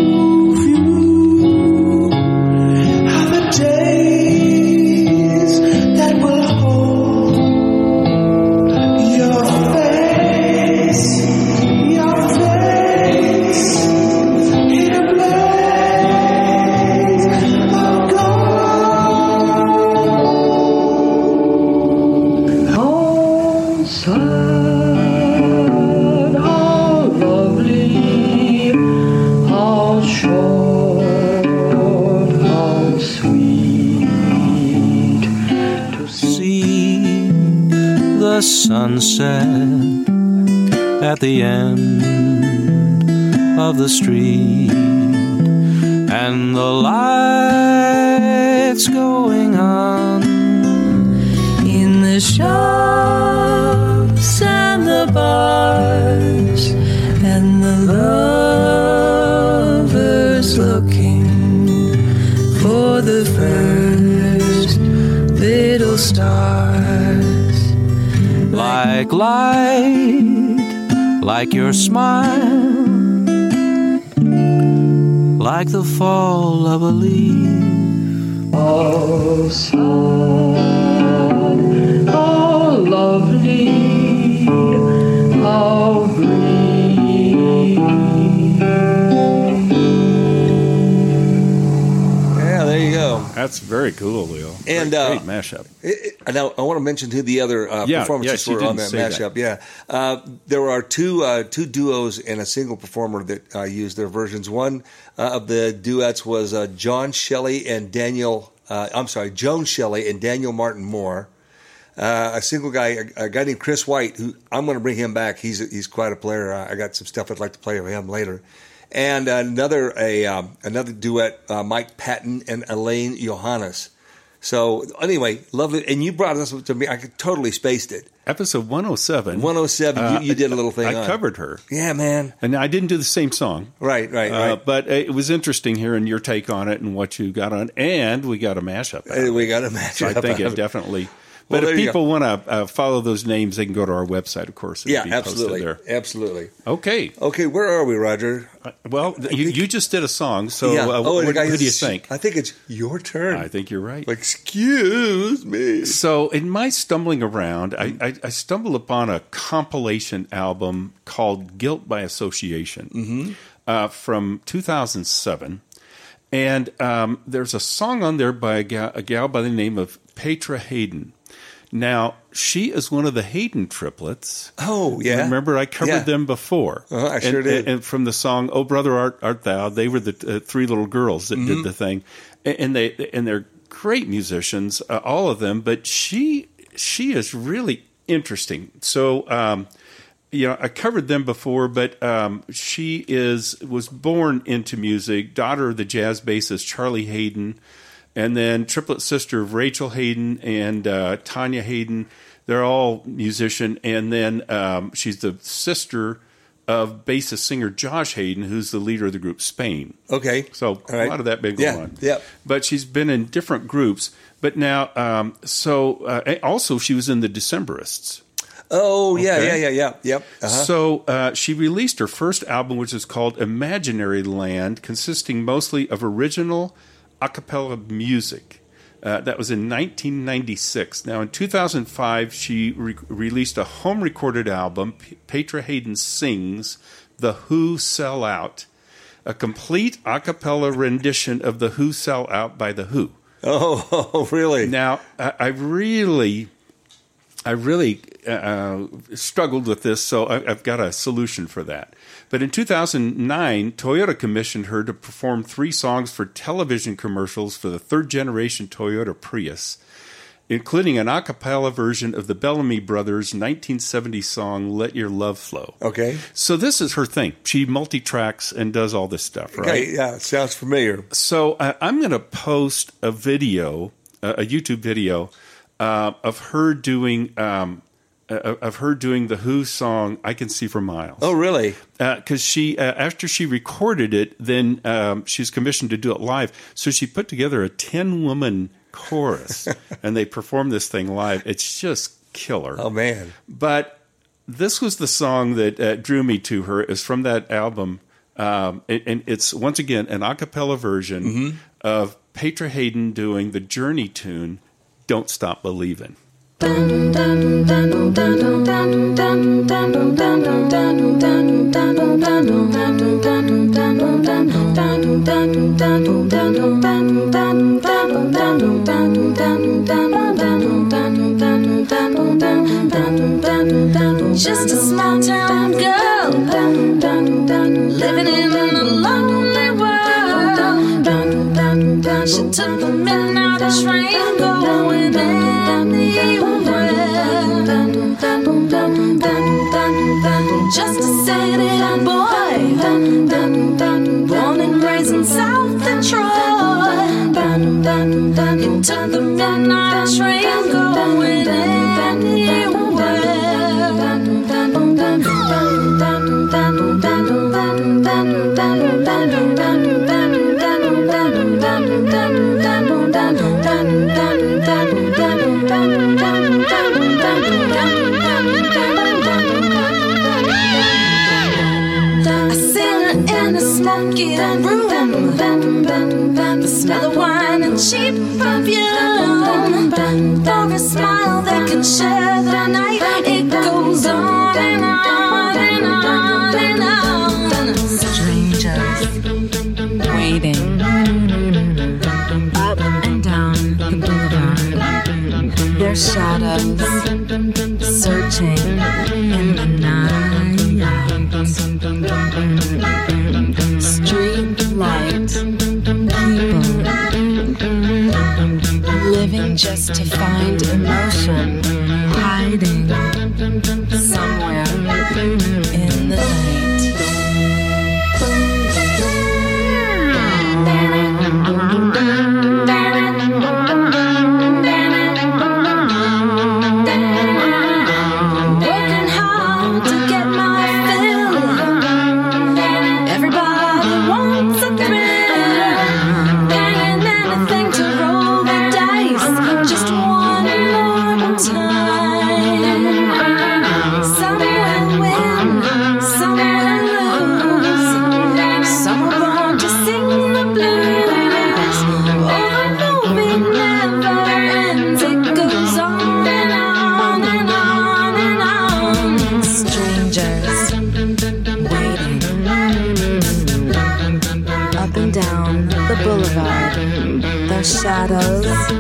S10: view are the days that will hold your face, your face in a blaze of gold.
S9: How sad, how lovely, how short, how sweet to see the sunset at the end of the street and the lights going on.
S10: in the shops and the bars and the lovers looking for the first little stars
S9: like light, like your smile, like the fall of a leaf. Oh, sun, how oh, lovely, how green.
S6: Yeah, there you go.
S5: That's very cool, Leo.
S6: And,
S5: great,
S6: uh,
S5: great mashup.
S6: It, it, now I want to mention who the other uh,
S5: Yeah, yeah,
S6: performances
S5: she
S6: were on that
S5: didn't say
S6: mashup. Yeah, uh, there are two uh, two duos and a single performer that uh, used their versions. One uh, of the duets was uh, John Shelley and Daniel. Uh, I'm sorry, Joan Shelley and Daniel Martin Moore. Uh, a single guy, a, a guy named Chris White, who I'm going to bring him back. He's he's quite a player. Uh, I got some stuff I'd like to play with him later. And another a um, another duet, uh, Mike Patton and Elaine Johannes. So anyway, lovely. And you brought this to me. I could totally spaced it.
S5: Episode 107.
S6: 107.
S5: Uh,
S6: oh, you, you did a little thing.
S5: I
S6: on.
S5: covered her.
S6: Yeah, man.
S5: And I didn't do the same song.
S6: Right, right,
S5: Uh,
S6: right.
S5: but it was interesting hearing your take on it and what you got on, and we got a mashup. out of
S6: Uh,
S5: it.
S6: we got a match.
S5: So I
S6: up
S5: think
S6: out
S5: it
S6: of
S5: definitely.
S6: Well,
S5: But
S6: there
S5: if
S6: you go.
S5: people want to uh, follow those names, they can go to our website, of course. It'll
S6: Yeah,
S5: be posted
S6: absolutely,
S5: There.
S6: absolutely.
S5: Okay.
S6: Okay, where are we, Roger?
S5: Uh, Well, th- you, you just did a song, so
S6: yeah. Oh,
S5: uh,
S6: and the
S5: what,
S6: guy
S5: who do you
S6: is-
S5: think?
S6: I think it's your turn.
S5: I think you're right.
S6: Excuse me.
S5: So, in my stumbling around, I, I, I stumbled upon a compilation album called Guilt by Association uh, from 2007. And um, there's a song on there by a gal, a gal by the name of Petra Hayden. Now, she is one of the Hayden triplets.
S6: Oh, yeah.
S5: Remember, I covered
S6: Yeah.
S5: them before.
S6: Uh-huh, I
S5: and,
S6: sure did.
S5: And, and from the song "Oh Brother Art Art Thou," they were the uh, three little girls that
S6: Mm-hmm.
S5: did the thing, A- and they and they're great musicians, uh, all of them. But she she is really interesting. So. Um, you know, I covered them before, but um, she is was born into music, daughter of the jazz bassist Charlie Hayden, and then triplet sister of Rachel Hayden and uh, Tanya Hayden. They're all musician, and then um, she's the sister of bassist singer Josh Hayden, who's the leader of the group Spain.
S6: Okay.
S5: So
S6: All right.
S5: a lot of that big
S6: Yeah,
S5: going on.
S6: yeah.
S5: But she's been in different groups. But now, um, so uh, and also she was in the Decemberists.
S6: Oh, yeah,
S5: Okay.
S6: yeah, yeah, yeah. Yep. Uh-huh.
S5: So uh, she released her first album, which is called Imaginary Land, consisting mostly of original a cappella music. Uh, that was in 1996. Now, in 2005, she re- released a home recorded album, P- Petra Hayden Sings The Who Sell Out, a complete a cappella rendition of The Who Sell Out by The Who.
S6: Oh, really?
S5: Now, I, I really, I really uh, struggled with this, so I, I've got a solution for that. But in 2009, Toyota commissioned her to perform three songs for television commercials for the third generation Toyota Prius, including an a cappella version of the Bellamy Brothers' 1970 song "Let Your Love Flow."
S6: Okay.
S5: So this is her thing. She multi-tracks and does all this stuff, right?
S6: Okay, yeah, sounds familiar.
S5: so I, I'm going to post a video, a, a YouTube video, uh, of her doing um, uh, of her doing the Who song "I Can See for Miles."
S6: Oh, really?
S5: because she uh, after she recorded it, then um, she's commissioned to do it live. So she put together a ten woman chorus, and they performed this thing live. It's just killer.
S6: Oh, man.
S5: But this was the song that uh, drew me to her. Is from that album, um, and, and it's once again an a cappella version
S6: Mm-hmm.
S5: of Petra Hayden doing the Journey tune, "Don't Stop Believin'."
S11: Just a small town girl living in a lonely world. She took the midnight train going anywhere. Just a city boy, born and raised in South Detroit. He took the midnight train going I sit in the smoky room. The smell of wine and cheap perfume. For a smile that can share the night. It goes on and on and on and on. Strangers waiting. Up and down the boulevard. Their shadows searching in the night. Street light people living just to find emotion hiding somewhere in the night. Working hard to get my fill. Everybody wants a thrill. Banging anything to roll the dice. Just one more time. Oh,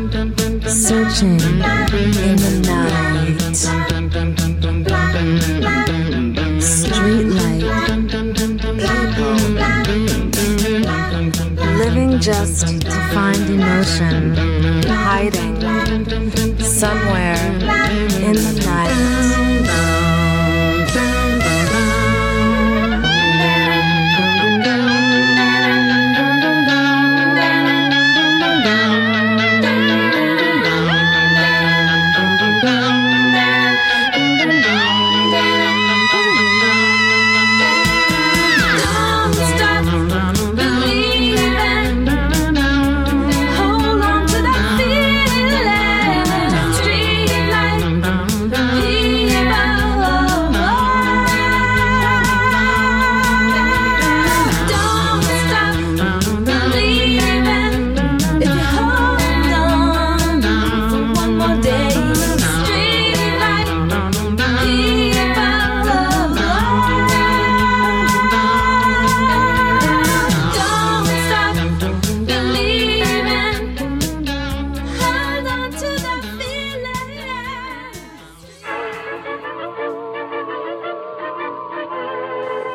S10: searching in the night. Street light. Living just to find emotion hiding somewhere in the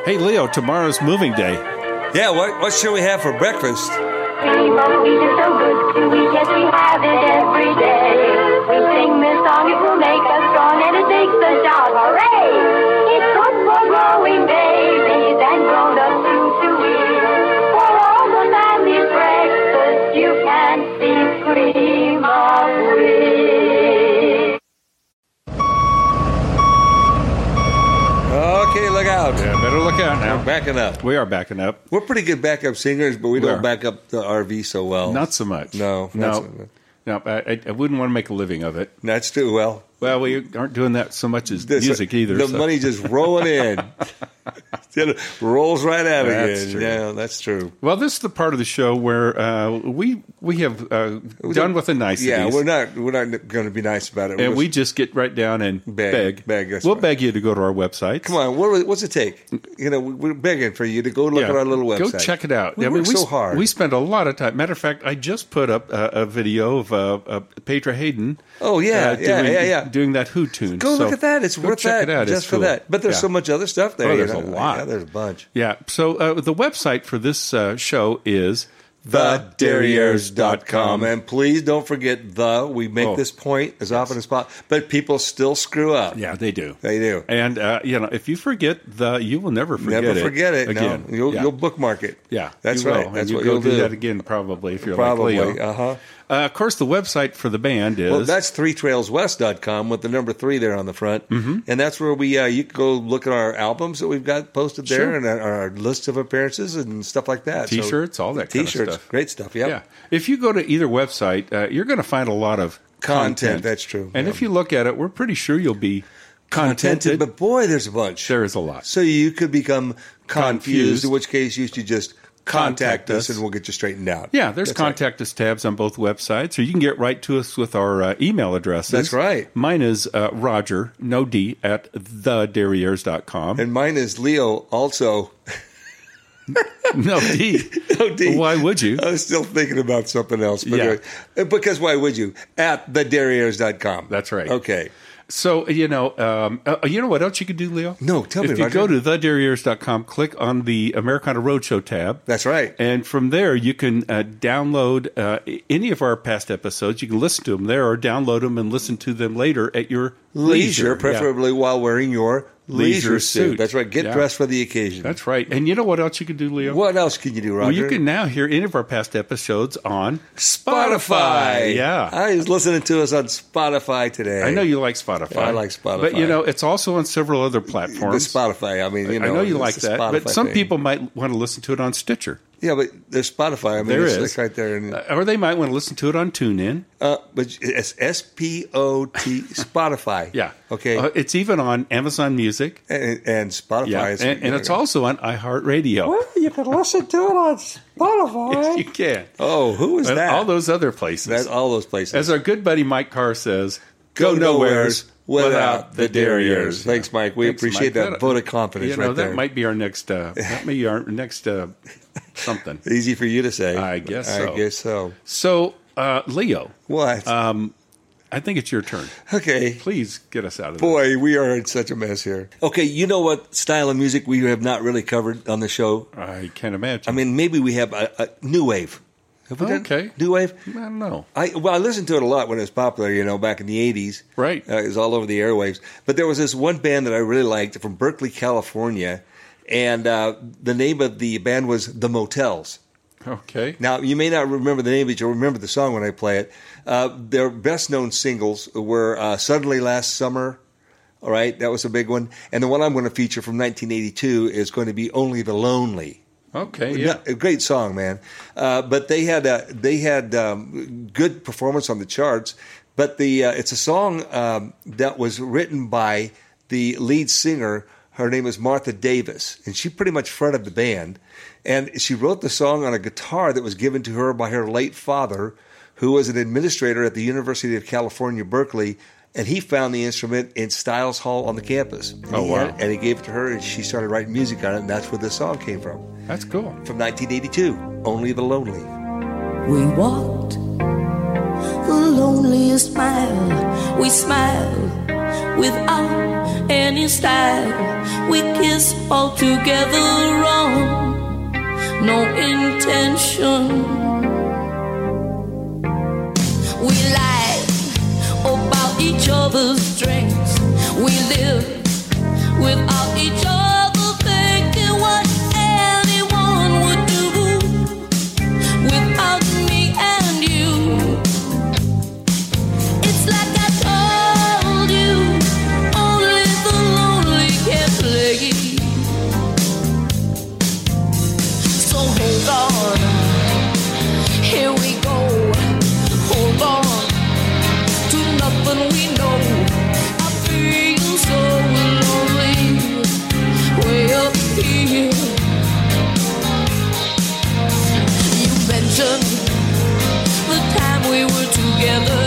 S5: Hey, Leo, tomorrow's moving day.
S6: Yeah, what, what should we have for breakfast? Okay, look out.
S5: Yeah, better look out
S6: We're
S5: now.
S6: backing up.
S5: We are backing up.
S6: We're pretty good backup singers, but we don't
S5: are.
S6: back up the RV so well.
S5: Not so much.
S6: No, not so
S5: no,
S6: much.
S5: no. I, I- I wouldn't want to make a living of it.
S6: That's too well.
S5: Well, we aren't doing that so much as
S6: This- uh,
S5: music either.
S6: The
S5: so-
S6: money just rolling in. It rolls right out
S5: That's
S6: again.
S5: true.
S6: Yeah, that's true.
S5: Well, this is the part of the show where uh, we we have uh, done with the niceties.
S6: Yeah, we're not we're not going to be nice about it.
S5: and
S6: We're-
S5: we just get right down and
S6: Beg,
S5: beg.
S6: beg, that's
S5: we'll
S6: right.
S5: beg you to go to our website.
S6: Come on, what, what's it take? You know, we- we're begging for you to go look at our little website.
S5: Go check it out.
S6: We work so
S5: s-
S6: hard.
S5: We spend a lot of time. Matter of fact, I just put up uh, a video of uh, uh, Pedro Hayden. uh,
S6: Oh, yeah, yeah,
S5: doing,
S6: yeah, yeah.
S5: doing that Who tune.
S6: go
S5: So
S6: look at that. It's
S5: go
S6: worth
S5: check
S6: that
S5: It out.
S6: just
S5: It's
S6: for
S5: cool.
S6: that. But there's
S5: Yeah.
S6: so much other stuff there.
S5: Oh,
S6: you
S5: there's
S6: know.
S5: a lot.
S6: Yeah, there's a bunch.
S5: Yeah. So uh, the website for this uh, show is
S6: TheDerriers.com. And please don't forget the. We make
S5: Oh.
S6: this point as often as possible, but people still screw up.
S5: Yeah, they do.
S6: They do.
S5: And uh, you know, if you forget the, you will never forget
S6: Never
S5: it.
S6: forget it.
S5: again.
S6: No, you'll,
S5: yeah.
S6: you'll bookmark it.
S5: Yeah,
S6: that's
S5: you will.
S6: right.
S5: And
S6: That's
S5: you
S6: what
S5: go
S6: you'll do.
S5: that again, probably if you're
S6: Probably.
S5: like Leo.
S6: Uh-huh.
S5: Uh, Of course, the website for the band is
S6: Well, that's threetrailswest.com with the number three there on the front. Mm-hmm. And that's where we, uh, you can go look at our albums that we've got posted there
S5: Sure.
S6: and our, our list of appearances and stuff like that. So-
S5: T-shirts, all that kind of
S6: T-shirts,
S5: stuff.
S6: great stuff. Yep.
S5: yeah. If you go to either website, uh, you're going to find a lot of
S6: Content,
S5: content.
S6: that's true.
S5: And
S6: Yeah.
S5: if you look at it, we're pretty sure you'll be
S6: Contented,
S5: contented.
S6: but boy, there's a bunch.
S5: there is a lot.
S6: So you could become confused,
S5: Confused.
S6: in which case you should just contact,
S5: Contact
S6: us.
S5: us.
S6: and we'll get you straightened out.
S5: Yeah, there's
S6: That's
S5: contact us tabs on both websites, or you can get right to us with our uh, email addresses.
S6: That's right.
S5: Mine is uh, Roger, no D, at thederriers.com.
S6: right. And mine is Leo also.
S5: no D.
S6: No D.
S5: Why would you?
S6: I was still thinking about something else. But
S5: Yeah.
S6: anyway, because why would you? At thederriers.com.
S5: That's right.
S6: Okay.
S5: So, you know, um, uh, you know what else you could do, Leo?
S6: No, tell me,
S5: If you
S6: Roger.
S5: go to thederriers.com, click on the Americana Roadshow tab.
S6: That's right.
S5: And from there, you can uh, download uh, any of our past episodes. You can listen to them there or download them and listen to them later at your
S6: leisure,
S5: leisure. Yeah.
S6: preferably while wearing your leisure,
S5: Leisure
S6: suit.
S5: suit.
S6: That's right. Get
S5: Yeah.
S6: dressed for the occasion.
S5: That's right. And you know what else you can do, Leo?
S6: what else can you do, Roger?
S5: Well, you can now hear any of our past episodes on
S6: Spotify.
S5: Yeah.
S6: I was listening to us on Spotify today.
S5: I know you like Spotify.
S6: I like Spotify.
S5: But you know, it's also on several other
S6: But
S5: platforms.
S6: Spotify. I mean, you know,
S5: I know you
S6: it's
S5: like
S6: the
S5: that,
S6: Spotify
S5: but some
S6: thing.
S5: people might want to listen to it on Stitcher.
S6: yeah, but there's Spotify. I mean,
S5: There
S6: it's like
S5: is,
S6: right there, and
S5: Uh, or they might want to listen to it on TuneIn.
S6: uh, but it's S P O T Spotify.
S5: Yeah,
S6: okay,
S5: Uh, it's even on Amazon Music.
S6: and, and Spotify.
S5: Yeah,
S6: is,
S5: and, and it's also on iHeartRadio.
S4: You can listen to it on
S5: Yes,
S4: Spotify.
S5: you can.
S6: Oh, who is
S5: And
S6: that?
S5: all those other places.
S6: That's all those places.
S5: As our good buddy Mike Carr says, "Go, nowheres without the derriers."
S6: Thanks, Mike. We
S5: Thanks,
S6: appreciate
S5: Mike.
S6: that vote of confidence
S5: You know
S6: right
S5: that
S6: there.
S5: might be our next. Uh, that may be our next uh, something.
S6: Easy for you to say.
S5: I guess
S6: I
S5: so.
S6: guess so.
S5: So, uh, Leo,
S6: What?
S5: um, I think it's your turn.
S6: Okay.
S5: Please get us out of this.
S6: Boy, we are in such a mess here. Okay, you know what style of music we have not really covered on the show?
S5: I can't
S6: I
S5: imagine.
S6: mean, maybe we have a, a new wave. Have we done
S5: Okay.
S6: new wave?
S5: I don't know.
S6: I well, I listened to it a lot when it was popular, you know, back in the '80s.
S5: Right.
S6: uh, it was all over the airwaves. But there was this one band that I really liked from Berkeley, California, and uh, the name of the band was The Motels.
S5: Okay.
S6: Now, you may not remember the name, but you'll remember the song when I play it. Uh, their best known singles were uh, Suddenly Last Summer. All right, that was a big one. And the one I'm going to feature from 1982 is going to be Only the Lonely.
S5: Okay. Yeah.
S6: No, a great song, man. Uh, but they had uh, they had um, good performance on the charts. But the uh, it's a song um, that was written by the lead singer. Her name is Martha Davis, and she pretty much fronted the band. And she wrote the song on a guitar that was given to her by her late father, who was an administrator at the University of California, Berkeley. And he found the instrument in Stiles Hall on the campus.
S5: Oh, wow.
S6: And he gave it to her, and she started writing music on it, and that's where this song came from
S5: That's cool.
S6: from 1982, Only the Lonely.
S10: We walked the loneliest mile. We smiled without any style. We kissed all together wrong, no intention. We lied about each other's drinks. We lived without each other thinking what anyone would do without me and you. It's like I told you, only the lonely can play. So hold on, here we go. Hold on to nothing we know. I feel so lonely way up here. You mentioned the time we were together.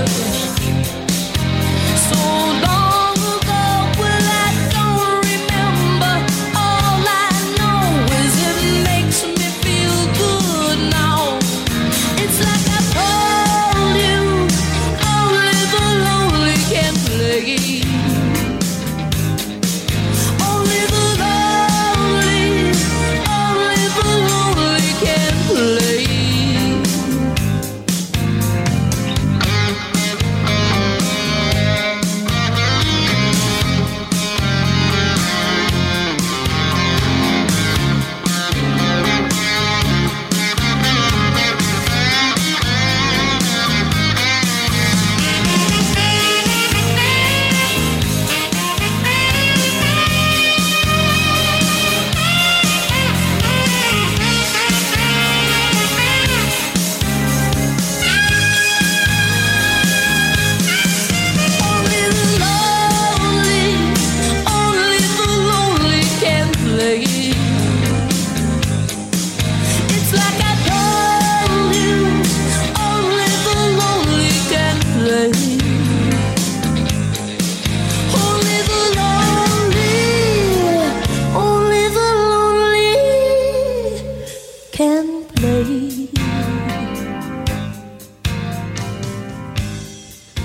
S10: So long ago, well, I don't remember. All I know is it makes me feel good now. It's like I told you, only the lonely can play. Only the lonely, only the lonely can play. Only the lonely, only the lonely can play. It's like I told you, only the lonely can play. Only the lonely, only the lonely can play.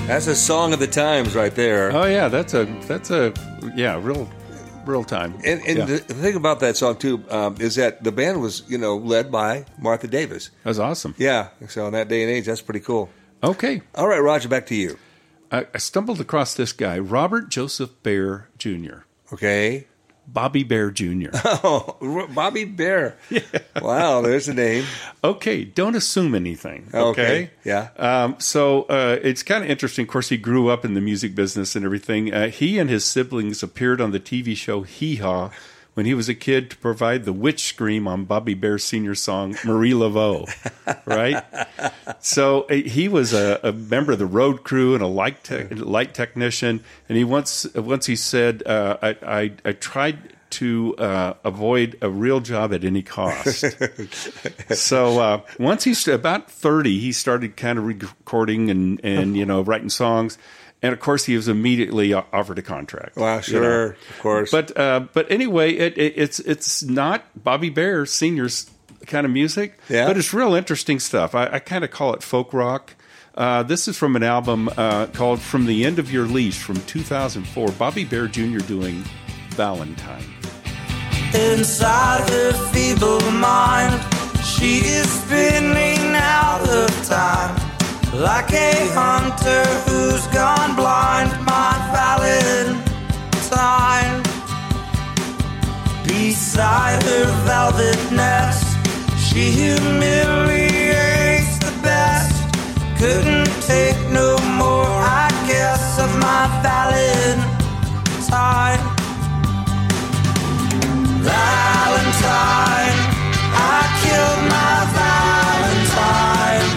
S6: That's a song of the times right there.
S5: Oh yeah, that's a that's a yeah real real time.
S6: And, and
S5: yeah.
S6: the thing about that song too um, is that the band was, you know, led by Martha Davis.
S5: that's awesome.
S6: Yeah, so in that day and age, that's pretty cool.
S5: Okay,
S6: All right, Roger, back to you.
S5: I, I stumbled across this guy, Robert Joseph Bear Jr.
S6: Okay.
S5: Bobby Bear Jr.
S6: Oh, R- Bobby Bear. Wow, there's a name.
S5: okay, don't assume anything.
S6: Okay,
S5: Okay,
S6: yeah.
S5: Um, so uh, it's kind of interesting. Of course, he grew up in the music business and everything. Uh, he and his siblings appeared on the TV show Hee Haw when he was a kid to provide the witch scream on Bobby Bear's senior song Marie Laveau. right. So uh, he was a, a member of the road crew and a light tech light technician. And he once once he said, uh, I, I I tried. To uh, avoid a real job at any cost, so uh, once he's about 30 he started kind of recording and, and you know writing songs and of course he was immediately o- offered a contract
S6: Wow,
S5: you know.
S6: sure, of course.
S5: but uh, but anyway it, it, it's it's not bobby bear seniors kind of music
S6: Yeah.
S5: but it's real interesting stuff i, I kind of call it folk rock Uh, this is from an album uh, called From the End of Your Leash from 2004. Bobby Bear Jr. doing Valentine.
S4: Inside her feeble mind, she is spinning out of time. Like a hunter who's gone blind, my Valentine. Beside her velvet nest, she humiliates the best. Couldn't take no more, I guess, of my Valentine. Valentine, I killed my Valentine,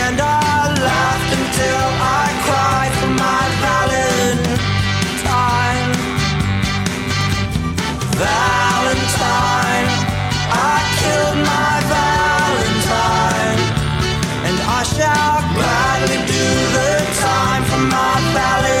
S4: and I laughed until I cried for my Valentine. Valentine, I killed my Valentine, and I shall gladly do the time for my Valentine.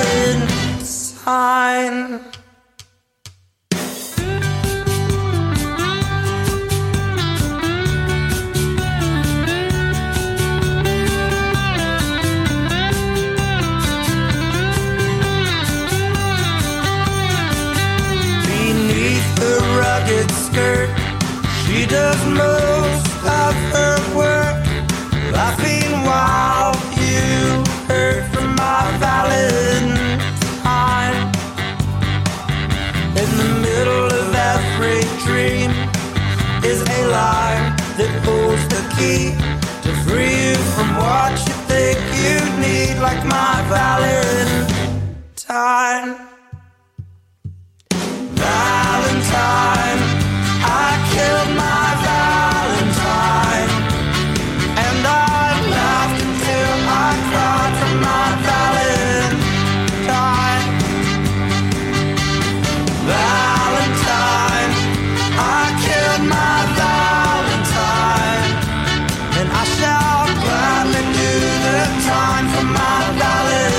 S4: Beneath the rugged skirt, she does most of her work. Laughing while you hurt from my valentine. In the middle of every dream is a line that holds the key to free you from what you think you need, like my valentine. Valentine, I killed my Valentine, and I laughed until I cried for my Valentine. Valentine, I killed my Valentine, and I shall gladly do the time for my Valentine.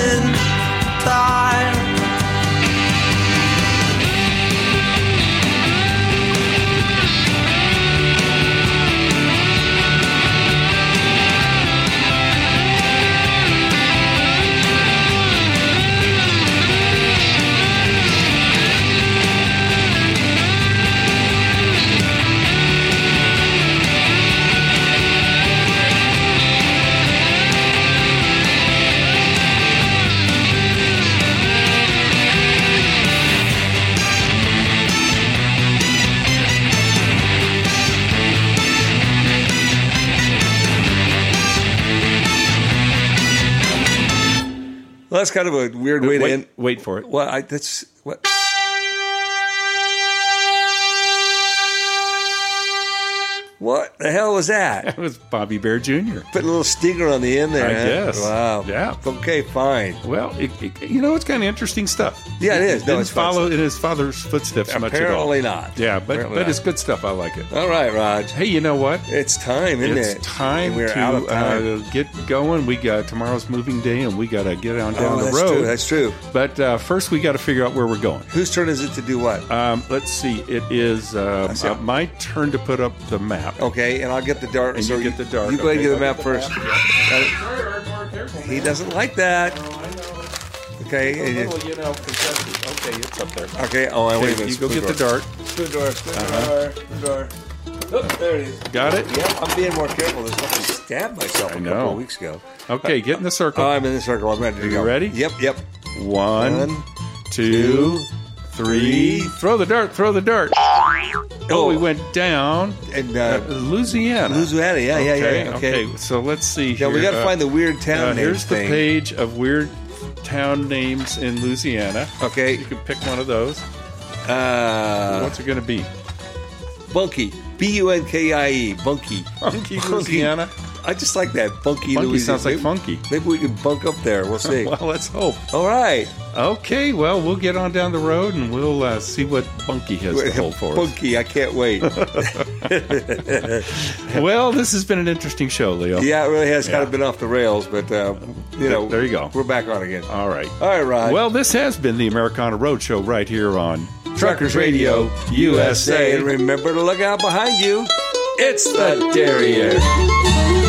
S6: Well, that's kind of a weird way
S5: wait,
S6: to end.
S5: wait for it.
S6: Well, I, that's what. What the hell was that?
S5: That was Bobby Bear Jr.
S6: Put a little stinger on the end there.
S5: I
S6: huh?
S5: guess.
S6: Wow.
S5: Yeah.
S6: Okay, fine.
S5: Well, it, it, you know, it's kind of interesting stuff.
S6: Yeah, it is. No,
S5: Didn't
S6: it's fun
S5: follow in his father's footsteps much at all.
S6: Apparently not.
S5: Yeah, but,
S6: Apparently
S5: but
S6: not.
S5: it's good stuff. I like it.
S6: All right, Raj.
S5: Hey, you know what?
S6: It's time, isn't
S5: it's
S6: it?
S5: time
S6: We're
S5: to
S6: out of time.
S5: Uh, get going. We got tomorrow's moving day, and we got to get on down
S6: Oh,
S5: the
S6: that's
S5: road.
S6: true. That's true.
S5: But uh, first, we got to figure out where we're going.
S6: Whose turn is it to do what?
S5: Um, let's see. It is uh,
S6: see.
S5: uh, my turn to put up the map.
S6: Okay, and I'll get the dart.
S5: And
S6: so
S5: you get the dart.
S6: You go ahead and
S5: Okay.
S6: get the map first. Got it. He doesn't like that. Okay. and you-
S5: you know, okay, it's up there.
S6: Okay. Oh, I wait a
S5: Okay,
S6: minute.
S5: you go get the dart.
S6: Screw door. Screw door. Screw door. Oop, there it is.
S5: Got it?
S6: Yeah, I'm being more careful. This fucking stabbed myself a
S5: I know.
S6: couple of weeks ago.
S5: Okay, get in the circle.
S6: Oh, I'm in the circle. I'm ready to
S5: Are you
S6: go.
S5: ready?
S6: Yep. Yep.
S5: One,
S6: One.
S5: two, three. Throw the dart. Throw the dart. Oh, we went down.
S6: And
S5: Uh,
S6: uh,
S5: Louisiana.
S6: Louisiana. Yeah. Yeah.
S5: Okay,
S6: Yeah. yeah,
S5: okay.
S6: Okay.
S5: So let's see.
S6: Yeah, we
S5: here.
S6: got to
S5: Uh,
S6: find the weird town
S5: uh,
S6: names
S5: Here's the
S6: thing.
S5: page of weird town names in Louisiana.
S6: Okay.
S5: You can pick one of those.
S6: Uh,
S5: What's it going to be?
S6: Bunky. B U N K I E. Bunky.
S5: Funky Louisiana.
S6: I just like that. Bunky.
S5: Funky
S6: Louisiana.
S5: sounds like funky.
S6: Maybe we can bunk up there. We'll see.
S5: Well, let's hope.
S6: All right.
S5: Okay, well, we'll get on down the road and we'll uh, see what Bunky has to hold for us.
S6: Bunky. I can't wait.
S5: Well, this has been an interesting show, Leo.
S6: yeah, it really has kind
S5: Yeah.
S6: of been off the rails, but uh, you know,
S5: There you go.
S6: We're back on again.
S5: All right.
S6: All right, Rod.
S5: Well, this has been the Americana Roadshow right here on Truckers Radio
S6: and
S5: USA.
S6: remember to look out behind you.
S5: It's the Derriere.
S12: Thank you.